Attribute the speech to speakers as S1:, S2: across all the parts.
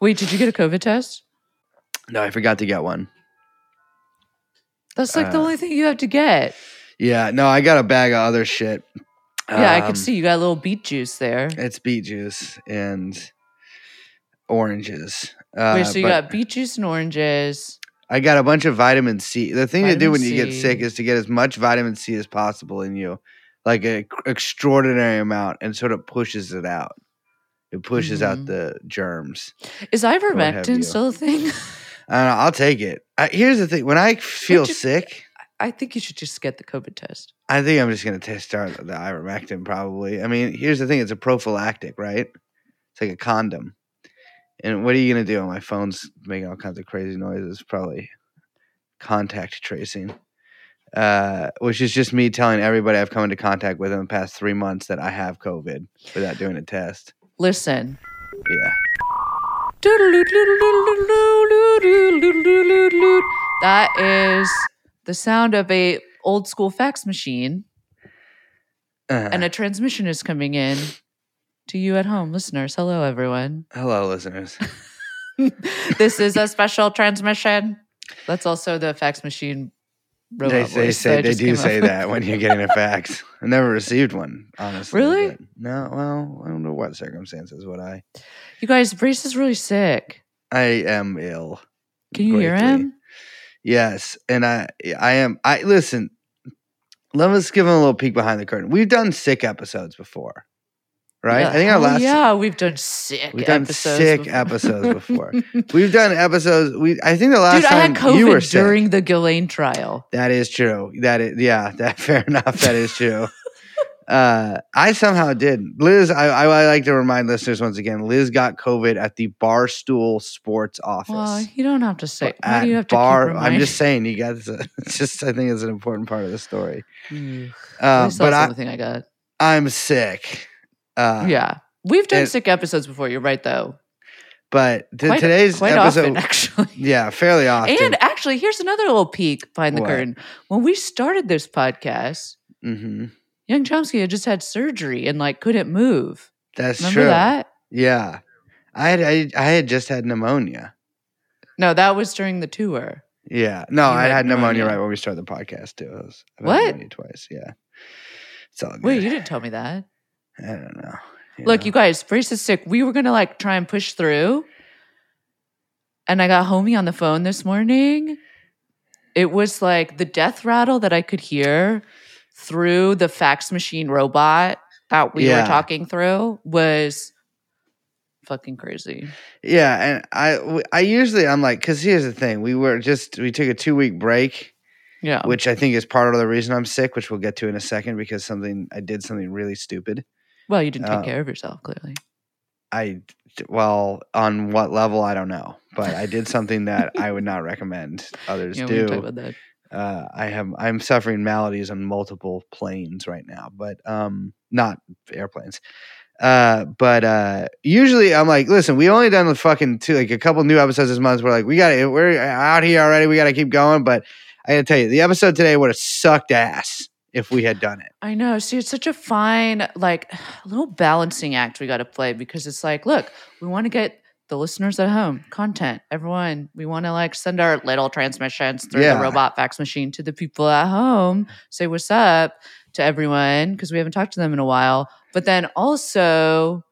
S1: Wait, did you get a COVID test?
S2: No, I forgot to get one.
S1: That's like the
S2: Uh,
S1: only thing you have to get.
S2: Yeah, no, I got a bag of other shit.
S1: Yeah, I
S2: Um, uh,
S1: could see you got a little beet juice there.
S2: It's beet juice and oranges. Uh,
S1: Wait, so you
S2: but
S1: got beet juice and oranges.
S2: I got a bunch of vitamin C. The thing to do
S1: Vitamin
S2: when you get sick
S1: C.
S2: is to get as much vitamin C as possible in you, like an extraordinary amount, and sort of pushes it out. It pushes out
S1: Mhm.
S2: the germs.
S1: Is
S2: what have you.
S1: ivermectin still a thing?
S2: I don't know, I'll take it. I, here's the thing: when I feel
S1: just-
S2: sick,
S1: I think you should just get the COVID test.
S2: I think I'm just gonna test start the ivermectin. Probably. I mean, here's the thing: it's a prophylactic, right? It's like a condom. And what are you gonna do? Oh, My phone's making all kinds of crazy noises. Probably contact tracing, uh, which is just me telling everybody I've come into contact with in the past three months that I have COVID without doing a test.
S1: Listen.
S2: Yeah.
S1: That is the sound of a old school fax machine,
S2: Uh-huh.
S1: and a transmission is coming in to you at home, listeners. Hello, everyone.
S2: Hello, listeners.
S1: this is a special transmission. That's also the fax machine.
S2: They,
S1: Robot
S2: say-
S1: voice
S2: say,
S1: that
S2: they
S1: just
S2: do
S1: came up
S2: say
S1: with.
S2: that when you're getting a fax. I never received one, honestly.
S1: Really?
S2: but No, well, I don't know what circumstances would I.
S1: You guys, Brace is really sick.
S2: I am ill.
S1: Can you hear
S2: greatly.
S1: him?
S2: Yes, and I I am I listen. Let us give him a little peek behind the curtain. We've done sick episodes before, right?
S1: Yeah.
S2: I think our
S1: Oh,
S2: last
S1: Yeah, we've done sick.
S2: We've done
S1: episodes
S2: sick
S1: before.
S2: episodes before. we've done episodes. We I think the last
S1: Dude, I
S2: time
S1: had COVID
S2: you were sick.
S1: during the Gillane trial.
S2: That is true. That is yeah. That fair enough. That is true. uh, I somehow did. Liz, I, I I like to remind listeners once again. Liz got COVID at the Barstool Sports office.
S1: Well, you don't have to say.
S2: But
S1: Why do you have to
S2: bar,
S1: keep
S2: I'm just saying you got this. It's just I think it's an important part of the story.
S1: saying.
S2: Uh,
S1: but
S2: but I,
S1: the thing I got.
S2: I'm sick. Uh,
S1: yeah, we've done
S2: and-
S1: sick episodes before. You're right, though.
S2: But t-
S1: Quite,
S2: today's
S1: quite
S2: episode,
S1: often, actually.
S2: yeah, fairly often.
S1: And actually, here's another little peek behind the
S2: What?
S1: curtain. When we started this podcast,
S2: hmm
S1: Young Chomsky had just had surgery and like couldn't move.
S2: That's
S1: Remember
S2: true.
S1: that?
S2: Yeah, I had I, I had just had pneumonia.
S1: No, that was during the tour.
S2: Yeah, no,
S1: You
S2: I
S1: had
S2: had pneumonia,
S1: pneumonia.
S2: right when we started the podcast too. I was, I've had
S1: What?
S2: pneumonia twice? Yeah, it's all good.
S1: Wait, you didn't tell me that.
S2: I don't know.
S1: Look, you guys, Brace is sick. We were gonna like try and push through. And I got homie on the phone this morning. It was like the death rattle that I could hear through the fax machine robot that we
S2: Yeah.
S1: were talking through was fucking crazy.
S2: Yeah, and I w- I usually I'm like, because here's the thing: we were just we took a two week break.
S1: Yeah.
S2: which I think is part of the reason I'm sick, which we'll get to in a second because something I did something really stupid.
S1: Well, you didn't take
S2: uh,
S1: care of yourself, clearly.
S2: I well, on what level I don't know, but I did something that I would not recommend others
S1: Yeah, we
S2: do.
S1: can talk about that.
S2: uh, I have I'm suffering maladies on multiple planes right now, but um, not airplanes. Uh, but uh, usually I'm like, listen, we only done the fucking two, like a couple new episodes this month. We're like, we got to we're out here already. We got to keep going. But I gotta tell you, the episode today would have sucked ass if we had done it.
S1: I know. See, it's such a fine, like, little balancing act we got to play because it's like, look, we want to get the listeners at home content. Everyone, we want to like send our little transmissions through
S2: Yeah.
S1: the robot fax machine to the people at home. Say what's up to everyone because we haven't talked to them in a while. But then also,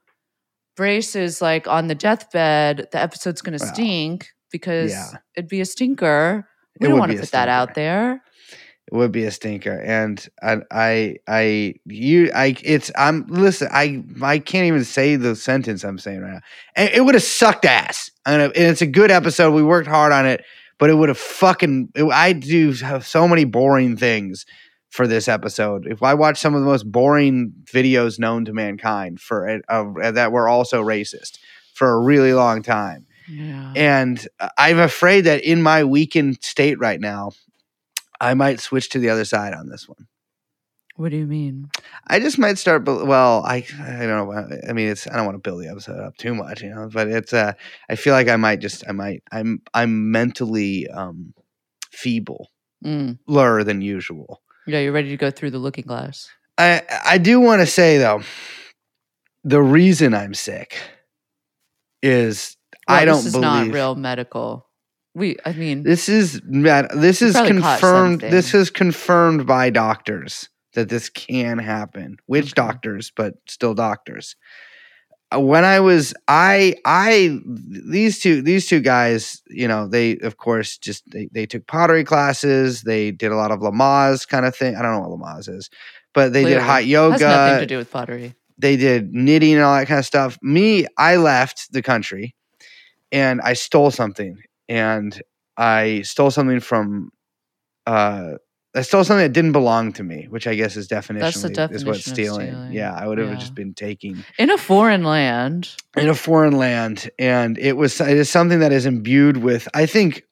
S1: Brace is like on the deathbed. The episode's gonna
S2: Well,
S1: stink because
S2: yeah.
S1: it'd be a stinker. We
S2: It
S1: don't
S2: would
S1: want
S2: be
S1: to
S2: a
S1: put that out
S2: stinker.
S1: there.
S2: It would be a stinker, and I, I, I, you, I, it's, I'm, listen, I, I can't even say the sentence I'm saying right now. And it would have sucked ass. I'm gonna, and it's a good episode. We worked hard on it, but it would have fucking. It, I do have so many boring things for this episode. If I watch some of the most boring videos known to mankind for it, uh, that were also racist for a really long time.
S1: Yeah.
S2: And uh, I'm afraid that in my weakened state right now, I might switch to the other side on this one.
S1: what do you mean?
S2: I just might start. bel- Well, I I don't know. I mean, it's I don't want to build the episode up too much, you know. But it's uh, I feel like I might just I might I'm I'm mentally um feeble,
S1: Mm.
S2: lower than usual.
S1: Yeah, you're ready to go through the looking glass.
S2: I I do want to say though, the reason I'm sick is
S1: Well,
S2: I don't
S1: This is
S2: believe
S1: not real medical. We, I mean,
S2: This is med- this
S1: You
S2: is
S1: probably caught
S2: confirmed. This
S1: something.
S2: is confirmed by doctors that this can happen. Which
S1: Okay.
S2: doctors, but still doctors. Uh, When I was I I these two these two guys, you know, they of course just they, they took pottery classes. They did a lot of Lamaze kind of thing. I don't know what Lamaze is, but they did
S1: Clearly.
S2: hot
S1: it
S2: yoga
S1: has nothing to do with pottery.
S2: they did knitting and all that kind of stuff. Me, I left the country and I stole something. And I stole something from uh I stole something that didn't belong to me, which I guess is definitionally is
S1: definition of
S2: what's stealing.
S1: stealing.
S2: Yeah, I would have
S1: Yeah.
S2: just been taking
S1: In a foreign land,
S2: in a foreign land. And it was it is something that is imbued with, I think,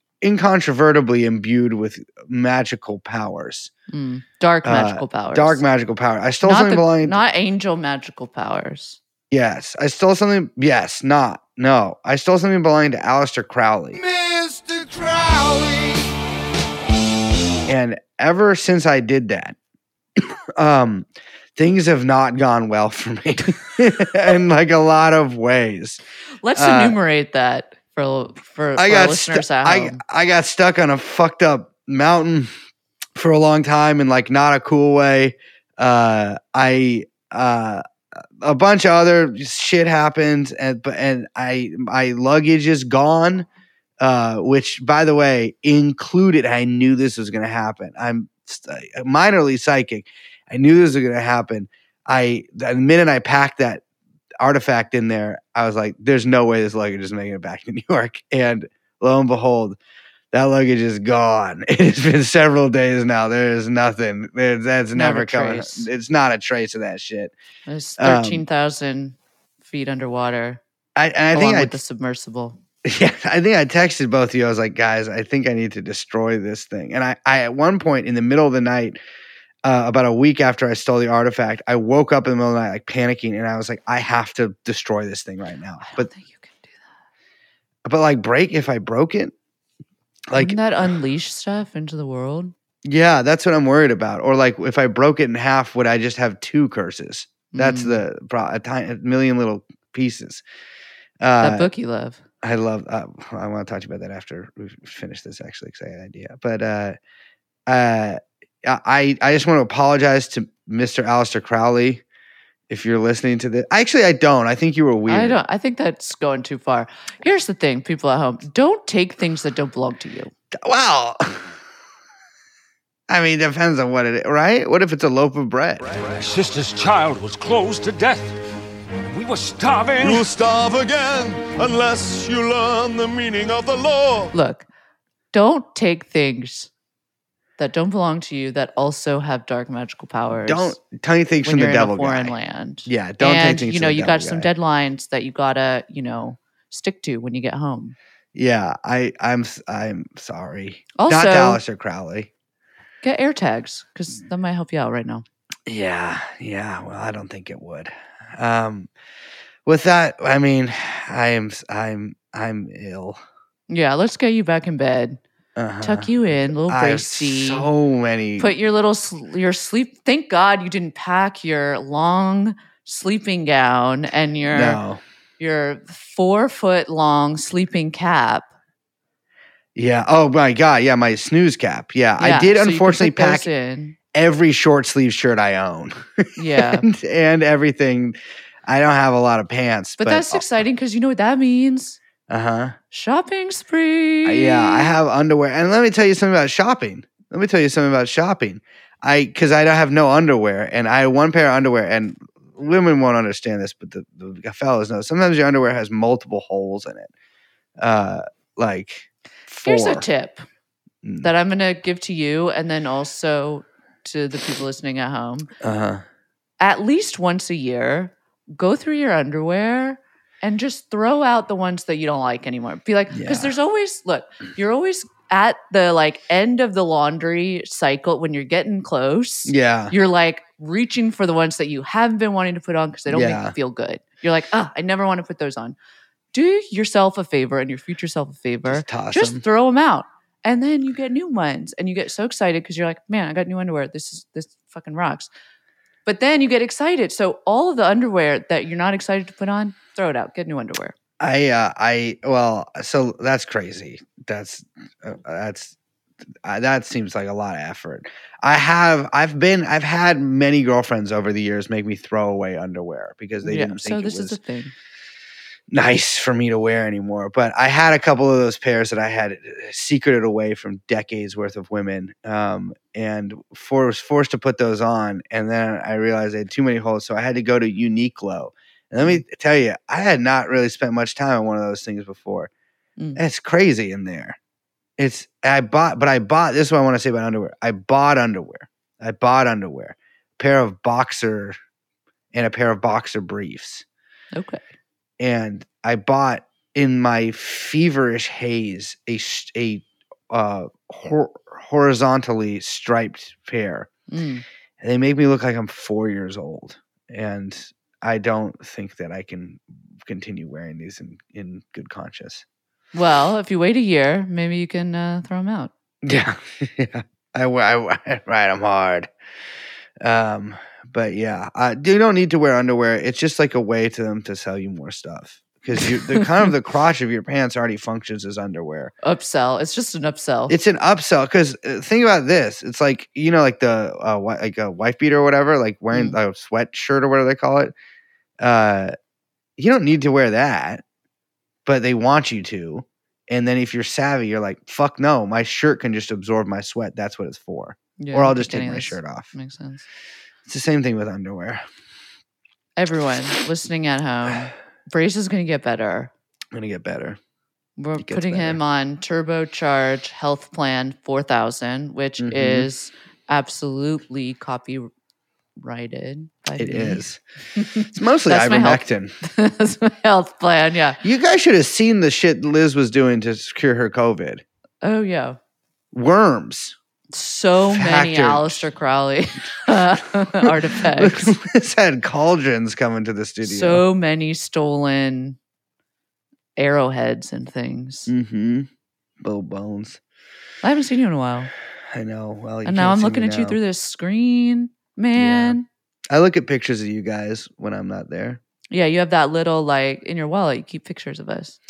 S2: incontrovertibly imbued with magical powers.
S1: mm, dark
S2: Uh,
S1: magical powers.
S2: Dark magical power. I stole
S1: not
S2: something
S1: the-
S2: belonging
S1: Not angel magical powers.
S2: Yes. I stole something. Yes, not. No. I stole something belonging to Aleister Crowley.
S3: Mr. Crowley.
S2: And ever since I did that, um, things have not gone well for me in like a lot of ways.
S1: Let's
S2: Uh,
S1: enumerate that for for,
S2: I
S1: for
S2: got stu-
S1: listeners at
S2: I
S1: home.
S2: I got stuck on a fucked up mountain for a long time in like not a cool way. Uh, I uh, a bunch of other shit happened, and but and I my luggage is gone. Uh, which by the way included I knew this was going to happen. I'm st- minorly psychic. I knew this was going to happen. I the minute I packed that artifact in there, I was like, "There's no way this luggage is making it back to New York." And lo and behold, that luggage is gone. It's been several days now. There is nothing. There, that's
S1: Not a
S2: never coming.
S1: trace.
S2: It's not a trace of that shit.
S1: It's
S2: um,
S1: thirteen thousand feet underwater.
S2: I, and I
S1: along
S2: think
S1: with
S2: I
S1: the submersible.
S2: Yeah, I think I texted both of you. I was like, guys, I think I need to destroy this thing. And I, I at one point in the middle of the night, uh, about a week after I stole the artifact, I woke up in the middle of the night, like panicking, and I was like, I have to destroy this thing right now.
S1: I don't
S2: But
S1: think you can do that.
S2: but like break if I broke it, like
S1: Wouldn't that unleash stuff into the world?
S2: yeah, that's what I'm worried about. Or like if I broke it in half, would I just have two curses? That's
S1: Mm,
S2: the pro- a, ti- a million little pieces.
S1: that
S2: Uh,
S1: book you love.
S2: I love. Uh, I want to talk to you about that after we finish this. Actually, because I had an idea. But uh, uh, I I just want to apologize to Mr. Alistair Crowley if you're listening to this. Actually, I don't. I think you were weird.
S1: I don't. I think that's going too far. Here's the thing, people at home: don't take things that don't belong to you.
S2: Well, I mean, depends on what it is, right? What if it's a loaf of bread?
S4: My sister's child was closed to death. We were starving.
S3: You'll starve again unless you learn the meaning of the law.
S1: Look, don't take things that don't belong to you that also have dark magical powers.
S2: Don't take things
S1: when
S2: from
S1: you're
S2: the
S1: in
S2: devil
S1: a foreign
S2: guy.
S1: land.
S2: Yeah, don't
S1: and
S2: take things.
S1: you
S2: from
S1: know
S2: the
S1: you
S2: devil
S1: got some
S2: guy.
S1: deadlines that you gotta you know stick to when you get home.
S2: Yeah, I I'm s- I'm sorry.
S1: Also,
S2: Not to Alistair Crowley.
S1: get air tags because that might help you out right now.
S2: Yeah, yeah. Well, I don't think it would. Um, with that, I mean, I am, s- I'm, I'm ill.
S1: Yeah, let's get you back in bed.
S2: Uh-huh.
S1: Tuck you in, little
S2: I have
S1: bracey.
S2: so many.
S1: Put your little sl- your sleep. Thank God you didn't pack your long sleeping gown and your
S2: no.
S1: your four foot long sleeping cap.
S2: Yeah. Oh my God. Yeah, my snooze cap. Yeah, I
S1: Yeah,
S2: did
S1: so you can
S2: unfortunately
S1: put those
S2: pack
S1: In.
S2: every short sleeve shirt I own
S1: Yeah, but,
S2: and, and everything. I don't have a lot of pants, but,
S1: that's exciting because you know what that means.
S2: uh huh.
S1: Shopping spree.
S2: Yeah, I have underwear. And let me tell you something about shopping. Let me tell you something about shopping. I because I don't have no underwear, and I have one pair of underwear, and women won't understand this, but the, the fellas know. Sometimes your underwear has multiple holes in it. Uh, like four.
S1: Here's a tip
S2: Mm,
S1: that I'm going to give to you and then also to the people listening at home.
S2: uh-huh.
S1: At least once a year, go through your underwear and just throw out the ones that you don't like anymore. Be like, because
S2: Yeah.
S1: there's always, look, you're always at the like end of the laundry cycle when you're getting close.
S2: Yeah.
S1: You're like reaching for the ones that you haven't been wanting to put on because they don't make
S2: Yeah.
S1: you feel good. You're like, ah, I never want to put those on. Do yourself a favor and your future self a favor
S2: Just toss
S1: just
S2: 'em.
S1: throw them out and then you get new ones and you get so excited because you're like man i got new underwear this is this fucking rocks but then you get excited so all of the underwear that you're not excited to put on throw it out get new underwear
S2: I uh, I well, so that's crazy. That's uh, that's uh, that seems like a lot of effort. I have I've been I've had many girlfriends over the years make me throw away underwear because they didn't think
S1: so
S2: it
S1: this
S2: was
S1: is a thing.
S2: nice for me to wear anymore. But I had a couple of those pairs that I had uh, secreted away from decades worth of women, um, and for, was forced to put those on. And then I realized I had too many holes, so I had to go to Uniqlo. And let me tell you, I had not really spent much time on one of those things before.
S1: Mm.
S2: It's crazy in there. It's I bought, but I bought. This is what I want to say about underwear. I bought underwear. I bought underwear, a pair of boxer, and a pair of boxer briefs
S1: Okay.
S2: and I bought in my feverish haze a s- a uh, hor- horizontally striped pair.
S1: Mm.
S2: And they make me look like I'm four years old, and I don't think that I can continue wearing these in, in good conscience.
S1: Well, if you wait a year, maybe you can uh, throw them out.
S2: Yeah, yeah. I, w- I, w- I ride them hard. Um, but yeah, uh, you don't need to wear underwear. It's just like a way to them to sell you more stuff because you the kind of the crotch of your pants already functions as underwear.
S1: Upsell. It's just an upsell.
S2: It's an upsell because think about this. It's like you know, like the uh, wi- like a wife beater or whatever, like wearing
S1: Mm.
S2: a sweatshirt or whatever they call it. Uh, you don't need to wear that, but they want you to. And then if you're savvy, you're like, "Fuck no, my shirt can just absorb my sweat. That's what it's for."
S1: Yeah,
S2: or I'll just take
S1: getting
S2: my
S1: this
S2: shirt off.
S1: Makes sense.
S2: It's the same thing with underwear.
S1: Everyone listening at home, Brace is going to get better.
S2: I'm gonna get better.
S1: We're
S2: It gets
S1: putting him on turbocharge health plan 4000, which
S2: Mhm.
S1: is absolutely copyrighted. by
S2: It
S1: me.
S2: is. It's mostly
S1: That's my help.
S2: ivermectin.
S1: That's my health plan. Yeah.
S2: You guys should have seen the shit Liz was doing to cure her COVID.
S1: Oh, yeah.
S2: Worms.
S1: So many
S2: Factors.
S1: Aleister Crowley artifacts.
S2: Liz had cauldrons coming to the studio.
S1: So many stolen arrowheads and things.
S2: mm-hmm. Bill Bones.
S1: I haven't seen you in a while.
S2: I know. Well, you
S1: and now
S2: can't
S1: I'm
S2: see
S1: looking
S2: me
S1: at you
S2: now.
S1: through this screen, man.
S2: I look at pictures of you guys when I'm not there.
S1: Yeah. you have that little like in your wallet. You keep pictures of us.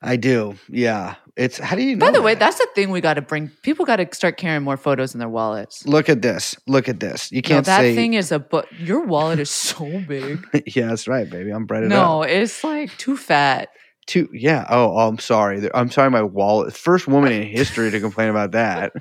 S2: I do. Yeah. It's how do you?
S1: By
S2: know
S1: the way,
S2: that?
S1: that's the thing we got to bring. People got to start carrying more photos in their wallets.
S2: Look at this. Look at this. You
S1: No,
S2: can't
S1: that
S2: say.
S1: thing is a but. Your wallet is so big.
S2: yeah, that's right, baby. I'm breaded up.
S1: no, it's like too fat.
S2: Two. Yeah. Oh, I'm sorry. I'm sorry. My wallet. First woman in history to complain about that.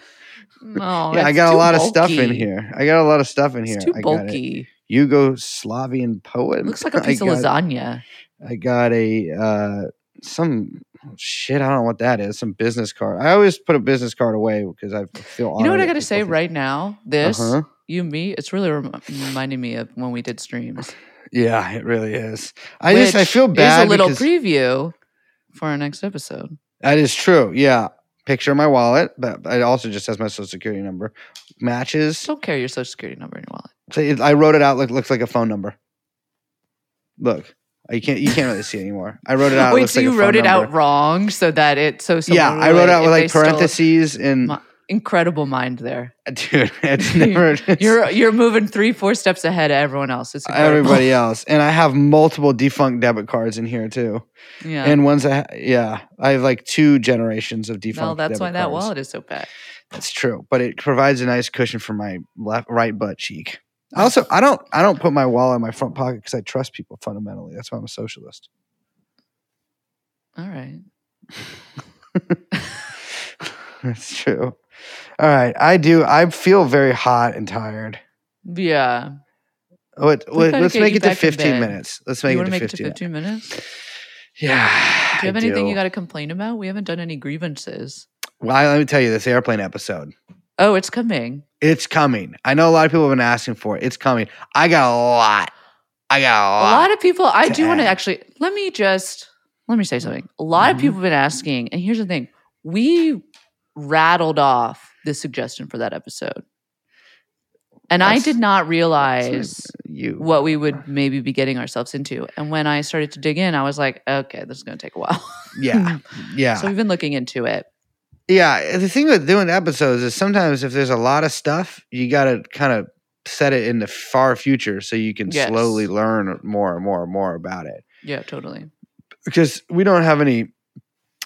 S1: No,
S2: yeah, I
S1: it's
S2: got a
S1: too
S2: lot of stuff in
S1: bulky.
S2: here. I got a lot of stuff in here.
S1: It's too
S2: I got a
S1: bulky.
S2: Yugoslavian poem.
S1: Looks like a
S2: I
S1: piece of
S2: got-
S1: lasagna.
S2: I got a uh some shit. I don't know what that is. Some business card. I always put a business card away because I feel.
S1: You know what
S2: honored
S1: I
S2: if
S1: got to
S2: people
S1: say
S2: think-
S1: right now? This,
S2: Uh-huh.
S1: you, me, it's really rem- reminding me of when we did streams.
S2: Yeah, it really is. I just I
S1: which
S2: feel
S1: is
S2: bad.
S1: a little
S2: because
S1: preview for our next episode.
S2: that is true. Yeah, picture of my wallet, but but it also just has my social security number. Matches.
S1: Don't carry your social security number in your wallet.
S2: So it- I wrote it out. Look, looks like a phone number. Look, you can't you can't really see it anymore. I wrote it out. it
S1: Wait,
S2: looks
S1: so
S2: like a
S1: you
S2: phone
S1: wrote it out
S2: number.
S1: wrong, so that it so
S2: Yeah,
S1: someone
S2: I wrote
S1: really-
S2: it out with
S1: if
S2: like
S1: they stole-
S2: parentheses and
S1: My- incredible mind there.
S2: dude, it's never.
S1: You're you're moving three four steps ahead of everyone else. It's incredible.
S2: Uh, everybody else. And I have multiple defunct debit cards in here too,
S1: Yeah.
S2: and ones that ha- yeah, I have like two generations of defunct.
S1: no, that's
S2: debit
S1: why that
S2: cards.
S1: wallet is so fat.
S2: That's true, but it provides a nice cushion for my left right butt cheek. I also, I don't, I don't put my wallet in my front pocket because I trust people fundamentally. That's why I'm a socialist.
S1: All right.
S2: That's true. All right, I do. I feel very hot and tired.
S1: Yeah.
S2: What, what,
S1: gotta
S2: let's
S1: get
S2: make
S1: you
S2: it to
S1: back in
S2: 15
S1: bed.
S2: minutes. Let's
S1: you
S2: make it
S1: want
S2: to
S1: to make
S2: 15.
S1: it to 15 minutes? Do
S2: Yeah.
S1: you have anything you
S2: got?
S1: got to complain about? We haven't done any grievances.
S2: Well, let me tell you this airplane episode.
S1: Oh, it's coming.
S2: It's coming. I know a lot of people have been asking for it. It's coming. I got a lot. I got a
S1: a
S2: lot.
S1: lot of people i do want to
S2: Dang.
S1: actually let me just let me say something a lot
S2: Mhm.
S1: of people have been asking and here's the thing we rattled off the suggestion for that episode and i
S2: That's-
S1: did not
S2: That's
S1: realize
S2: right. you.
S1: what we would maybe be getting ourselves into and when i started to dig in i was like okay this is going to take a while
S2: Yeah. Yeah.
S1: so we've been looking into it
S2: yeah. The thing with doing episodes is sometimes if there's a lot of stuff, you got to kind of set it in the far future so you can
S1: Yes.
S2: slowly learn more and more and more about it.
S1: yeah totally
S2: because we don't have any.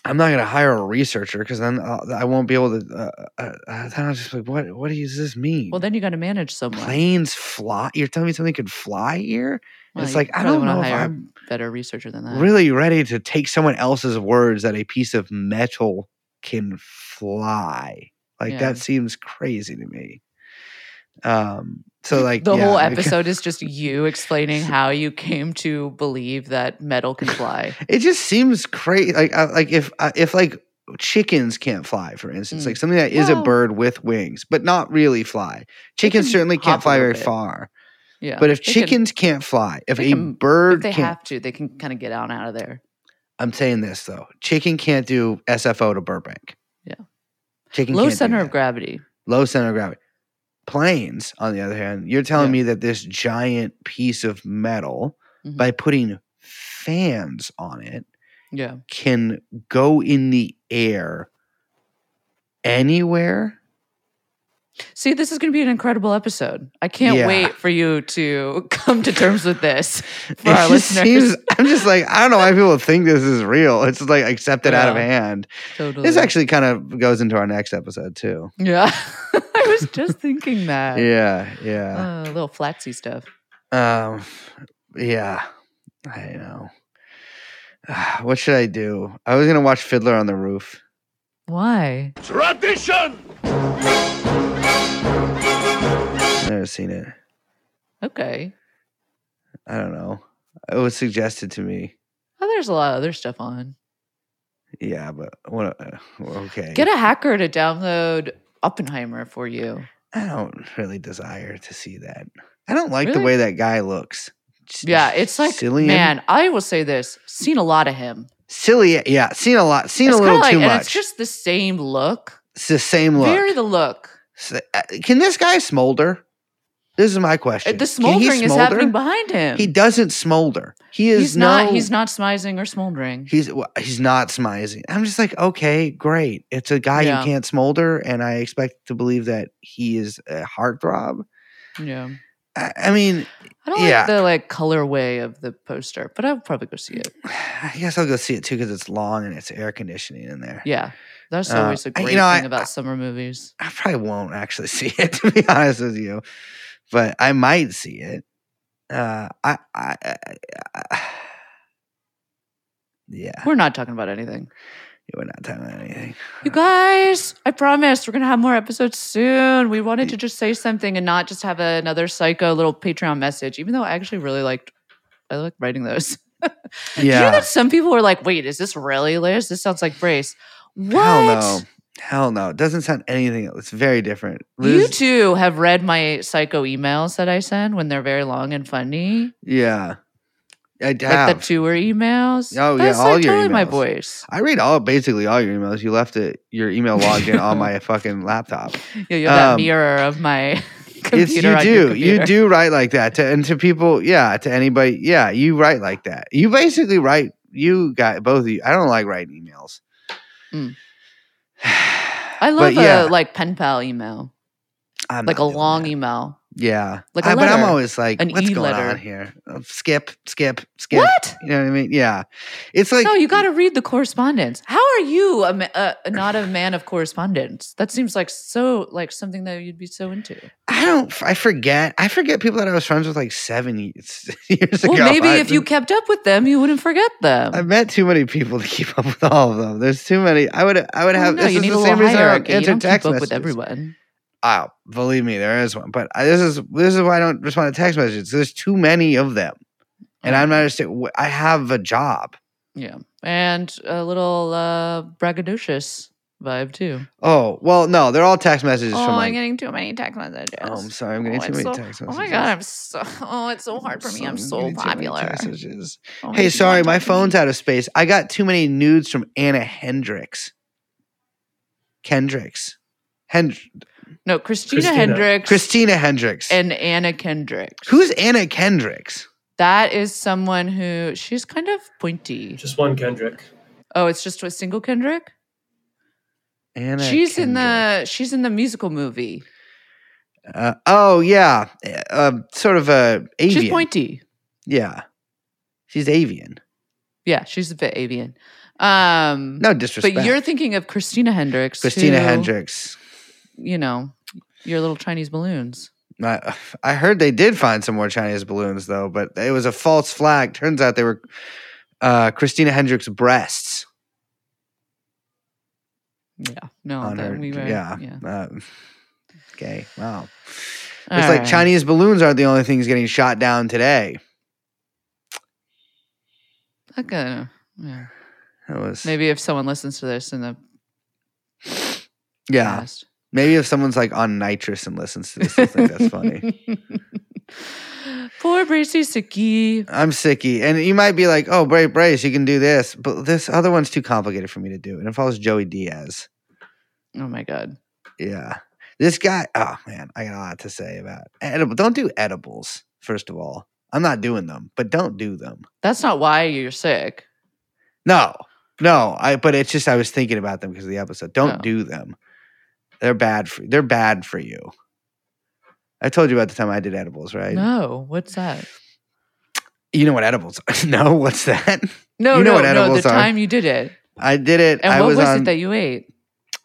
S2: I'm not going to hire a researcher because then I'll, I won't be able to. Uh, uh, uh, then I'll just be like, what? What does this mean?
S1: Well, then you got to manage someone.
S2: planes fly. You're telling me something could fly here?
S1: Well,
S2: it's
S1: you
S2: like I
S1: probably
S2: don't
S1: wanna
S2: know if
S1: hire
S2: I'm
S1: a better researcher than that.
S2: really ready to take someone else's words that a piece of metal can fly. Like
S1: Yeah.
S2: that seems crazy to me. Um. So like
S1: the
S2: yeah,
S1: whole
S2: like,
S1: episode is just you explaining how you came to believe that metal can fly.
S2: it just seems crazy. Like I, like if I if like chickens can't fly, for instance,
S1: Mm.
S2: like something that is
S1: Well-
S2: a bird with wings, but not really fly. Chickens
S1: can
S2: certainly
S1: hop
S2: can't
S1: a
S2: fly
S1: little
S2: very
S1: bit.
S2: far.
S1: Yeah,
S2: But if
S1: they can-
S2: chickens can't fly, if
S1: they
S2: a
S1: can-
S2: bird
S1: if they
S2: can't,
S1: have to, they can kind of get on out of there.
S2: I'm saying this though. Chicken can't do SFO to Burbank.
S1: Yeah.
S2: Chicken
S1: Low
S2: can't do
S1: center of
S2: that.
S1: gravity.
S2: low center of gravity. Planes, on the other hand, you're telling
S1: Yeah.
S2: me that this giant piece of metal,
S1: Mhm.
S2: by putting fans on it,
S1: Yeah,
S2: can go in the air anywhere.
S1: See, this is going to be an incredible episode. I can't
S2: Yeah.
S1: wait for you to come to terms with this for
S2: It
S1: our
S2: just
S1: listeners.
S2: seems- I'm just like, I don't know why people think this is real. It's just like accepted out of
S1: Yeah.
S2: hand.
S1: totally.
S2: This actually kind of goes into our next episode too.
S1: Yeah. I was just thinking that.
S2: Yeah, yeah.
S1: Uh, little flatsy stuff.
S2: Um, yeah, I know. What should I do? I was gonna watch Fiddler on the Roof.
S1: Why?
S3: Tradition!
S2: Never seen it.
S1: Okay.
S2: I don't know. It was suggested to me.
S1: Oh, there's a lot of other stuff on.
S2: Yeah, but what? uh, Okay.
S1: Get a hacker to download Oppenheimer for you.
S2: I don't really desire to see that. I don't like the
S1: Really?
S2: way that guy looks. S-
S1: Yeah, it's like
S2: Cillian?
S1: man, I will say this. Seen a lot of him.
S2: silly. Yeah, seen a lot. Seen
S1: it's
S2: a
S1: kinda
S2: little
S1: like,
S2: too
S1: and
S2: much.
S1: it's just the same look.
S2: it's the same look.
S1: Vary the look.
S2: S- uh, Can this guy smolder? This is my question.
S1: Uh, The
S2: Can he
S1: smoldering is
S2: smolder?
S1: happening behind him.
S2: He doesn't smolder. He is
S1: he's not.
S2: no-
S1: He's not smizing or smoldering.
S2: He's well, he's not smizing. I'm just like, okay, great. It's a guy
S1: Yeah.
S2: who can't smolder, and I expect to believe that he is a heartthrob.
S1: yeah.
S2: I, I mean,
S1: I don't
S2: Yeah.
S1: like the like colorway of the poster, but I'll probably go see it.
S2: I guess I'll go see it too because it's long and it's air conditioning in there.
S1: Yeah, that's
S2: Uh,
S1: always a
S2: I- you
S1: great
S2: know,
S1: thing
S2: I-
S1: about summer movies.
S2: I probably won't actually see it to be honest with you, but I might see it. Uh, I, I, I, I yeah,
S1: We're not talking about anything, Uh,
S2: we're not talking about anything.
S1: you guys. I promise we're gonna have more episodes soon. We wanted to just say something and not just have another psycho little Patreon message. Even though I actually really liked, I like writing those. Do
S2: Yeah,
S1: you know that some people were like, "Wait, is this really Liz? This sounds like Brace." What?
S2: hell no, hell no. It doesn't sound anything. It's very different.
S1: You
S2: Liz-
S1: too have read my psycho emails that I send when they're very long and funny.
S2: Yeah. I
S1: Like
S2: have.
S1: the tour emails.
S2: Oh, yeah,
S1: That's
S2: all
S1: like
S2: your
S1: totally my
S2: emails.
S1: voice.
S2: I read all basically all your emails. You left it your email login on my fucking laptop.
S1: Yeah, you have that
S2: Um,
S1: mirror of my
S2: It's
S1: computer.
S2: you
S1: on your
S2: do. You
S1: computer.
S2: do write like that to and to people, yeah, to anybody. Yeah, you write like that. You basically write you got both of you. I don't like writing emails.
S1: Mm. I
S2: But
S1: love
S2: yeah,
S1: a like pen pal email,
S2: I'm
S1: like
S2: not
S1: a
S2: doing
S1: long
S2: that.
S1: email.
S2: Yeah.
S1: like a
S2: I- but I'm
S1: letter,
S2: always like,
S1: an
S2: what's going
S1: e-letter.
S2: on here? Uh, Skip, skip, skip.
S1: What?
S2: You know what I mean? Yeah. It's like
S1: no, you got to read the correspondence. How are you a, ma- a, not a man of correspondence? That seems like so like something that you'd be so into.
S2: I don't. I forget. I forget people that I was friends with like seven ye- years
S1: Well,
S2: ago.
S1: maybe
S2: I-
S1: if you kept up with them, you wouldn't forget them.
S2: I met too many people to keep up with all of them. There's too many. I would. I would have.
S1: no,
S2: this
S1: you
S2: is
S1: need a
S2: the
S1: little
S2: same reason I don't
S1: hierarchy. You
S2: answer
S1: don't keep
S2: text
S1: up
S2: messages.
S1: with everyone.
S2: Oh, believe me, there is one. But I, this is this is why I don't respond to text messages. There's too many of them, and I'm not
S1: Uh-huh.
S2: understanding. I have a job.
S1: Yeah, and a little uh, braggadocious vibe too.
S2: Oh well, no, they're all text messages
S1: Oh,
S2: from
S1: I'm
S2: like.
S1: getting too many text messages.
S2: oh, I'm sorry. I'm getting
S1: Oh,
S2: too
S1: it's
S2: many
S1: so-
S2: text
S1: Oh
S2: messages.
S1: my god, I'm so. Oh, it's so hard for me. I'm so
S2: getting too many
S1: popular.
S2: text messages.
S1: Oh,
S2: Hey,
S1: people
S2: sorry,
S1: want to
S2: my
S1: talk to me.
S2: phone's out of space. I got too many nudes from Anna Hendricks. Kendricks. Hend-
S1: No, Christina,
S5: Christina.
S1: Hendricks
S2: Christina Hendricks.
S1: and Anna Kendricks.
S2: Who's Anna Kendricks?
S1: that? Is someone who she's kind of pointy.
S5: Just one Kendrick.
S1: Oh, it's just a single Kendrick.
S2: Anna
S1: She's in the
S2: Kendrick.
S1: she's in the musical movie.
S2: Uh, oh, yeah. Uh, um, sort of a avian.
S1: She's pointy.
S2: yeah. She's avian.
S1: Yeah, she's a bit avian. Um,
S2: No disrespect.
S1: but you're thinking of Christina Hendricks.
S2: Christina
S1: who,
S2: Hendricks.
S1: You know, your little Chinese balloons.
S2: I, I heard they did find some more Chinese balloons though, but it was a false flag. Turns out they were uh, Christina Hendricks' breasts
S1: Yeah. No,
S2: on
S1: Oh, that
S2: her.
S1: we were.
S2: yeah.
S1: yeah.
S2: Uh, okay. Wow.
S1: All
S2: it's like
S1: right.
S2: Chinese balloons aren't the only things getting shot down today.
S1: I gotta- yeah.
S2: It was
S1: Maybe if someone listens to this in the
S2: yeah.
S1: past.
S2: Maybe if someone's like on nitrous and listens to this, they'll think that's funny.
S1: Poor Bracy Siki.
S2: I'm sicky, and you might be like, "Oh, Brave Brace, you can do this," but this other one's too complicated for me to do. And it follows Joey Diaz.
S1: Oh my god.
S2: Yeah, this guy. Oh man, I got a lot to say about edible. Don't do edibles. First of all, I'm not doing them, but don't do them.
S1: That's not why you're sick.
S2: No, no. I. But it's just I was thinking about them because of the episode. Don't
S1: Oh.
S2: do them. They're bad for. They're bad for you. I told you about the time I did edibles, right?
S1: No, what's that?
S2: You know what edibles? are. no, what's that?
S1: No,
S2: You know
S1: no,
S2: what
S1: no. The
S2: edibles are.
S1: time you did it,
S2: I did it.
S1: and
S2: I
S1: what was,
S2: on,
S1: it that you ate?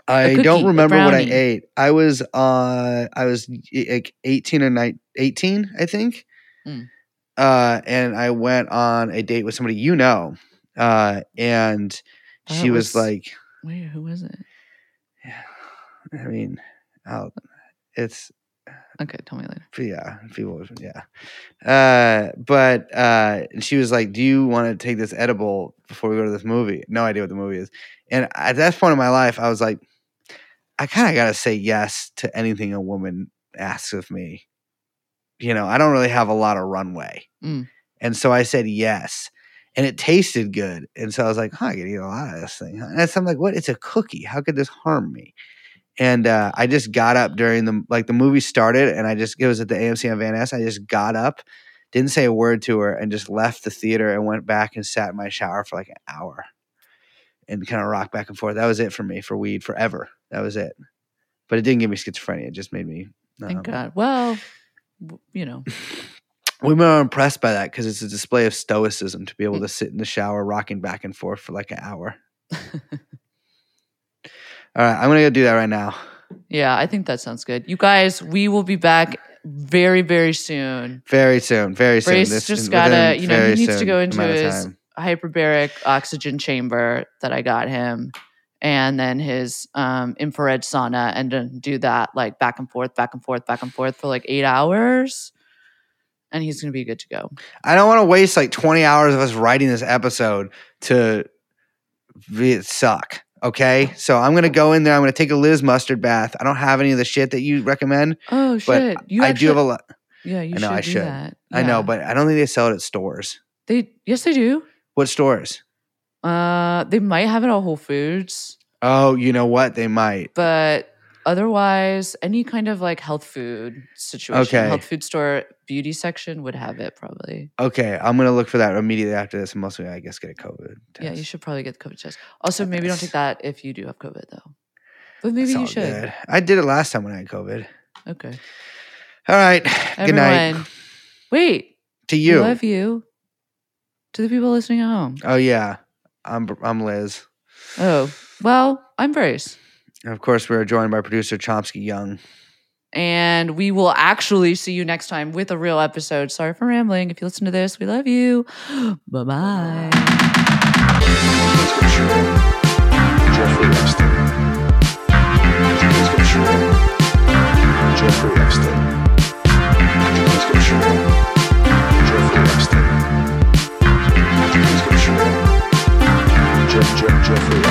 S2: I
S1: cookie,
S2: don't
S1: a
S2: remember what I
S1: brownie.
S2: ate. I was uh I was y- like 18 or 19, 18, I think.
S1: Mm.
S2: Uh and I went on a date with somebody you know. Uh and
S1: That
S2: she
S1: was-
S2: was, like
S1: Wait, who was it?
S2: I mean, I'll, it's
S1: Okay, tell me later.
S2: but yeah, people yeah. Uh but uh and she was like, "Do you want to take this edible before we go to this movie?" No idea what the movie is. And at that point in my life, I was like, I kind of got to say yes to anything a woman asks of me. You know, I don't really have a lot of runway.
S1: Mm.
S2: And so I said yes. And it tasted good. And so I was like, huh, I could eat a lot of this thing. huh? And so I'm like, what? It's a cookie. How could this harm me? And uh, I just got up during the, like the movie started and I just, it was at the AMC on Van Ness. I just got up, didn't say a word to her and just left the theater and went back and sat in my shower for like an hour and kind of rocked back and forth. That was it for me for weed forever. That was it but it didn't give me schizophrenia. It just made me.
S1: Thank
S2: um,
S1: God. Well, w- you know,
S2: Women are impressed by that because it's a display of stoicism to be
S1: Mm.
S2: able to sit in the shower rocking back and forth for like an hour. All right, I'm gonna go do that right now.
S1: yeah, I think that sounds good. You guys, we will be back very, very soon.
S2: Very soon. Very soon.
S1: Brace
S2: This-
S1: just
S2: within
S1: gotta, you know,
S2: very
S1: he needs to
S2: soon
S1: go into
S2: amount of
S1: his
S2: time.
S1: hyperbaric oxygen chamber that I got him, and then his um, infrared sauna, and then do that like back and forth, back and forth, back and forth for like eight hours, and he's gonna be good to go.
S2: I don't want to waste like 20 hours of us writing this episode to be- suck. Okay, so I'm gonna go in there. I'm gonna take a Liz mustard bath. I don't have any of the shit that you recommend,
S1: Oh
S2: but
S1: shit! You
S2: I
S1: actually,
S2: do have a lot.
S1: yeah. You
S2: I know,
S1: should
S2: I
S1: do
S2: should.
S1: that.
S2: I
S1: Yeah.
S2: know, but I don't think they sell it at stores.
S1: they yes they do.
S2: What stores?
S1: Uh, they might have it at Whole Foods,
S2: Oh, you know what? They might.
S1: but otherwise, any kind of like health food situation,
S2: Okay.
S1: health food store, beauty section would have it probably.
S2: Okay, I'm gonna look for that immediately after this. and Mostly, I guess get a COVID test.
S1: Yeah, you should probably get the COVID test. Also, maybe don't
S2: Yes.
S1: take that if you do have COVID though. But
S2: It's
S1: maybe you
S2: all
S1: should.
S2: good. I did it last time when I had COVID.
S1: Okay.
S2: All right. Good night
S1: Everyone, wait.
S2: to
S1: You.
S2: you.
S1: Love you. To the people listening at home.
S2: oh yeah, I'm I'm Liz.
S1: Oh, well, I'm Brace.
S2: And of course, we are joined by producer Chomsky Young.
S1: And we will actually see you next time with a real episode. Sorry for rambling. If you listen to this, we love you. bye bye.
S5: Jeffrey Epstein. Jeffrey Epstein. Jeffrey Epstein. Jeff- Jeff- Jeffrey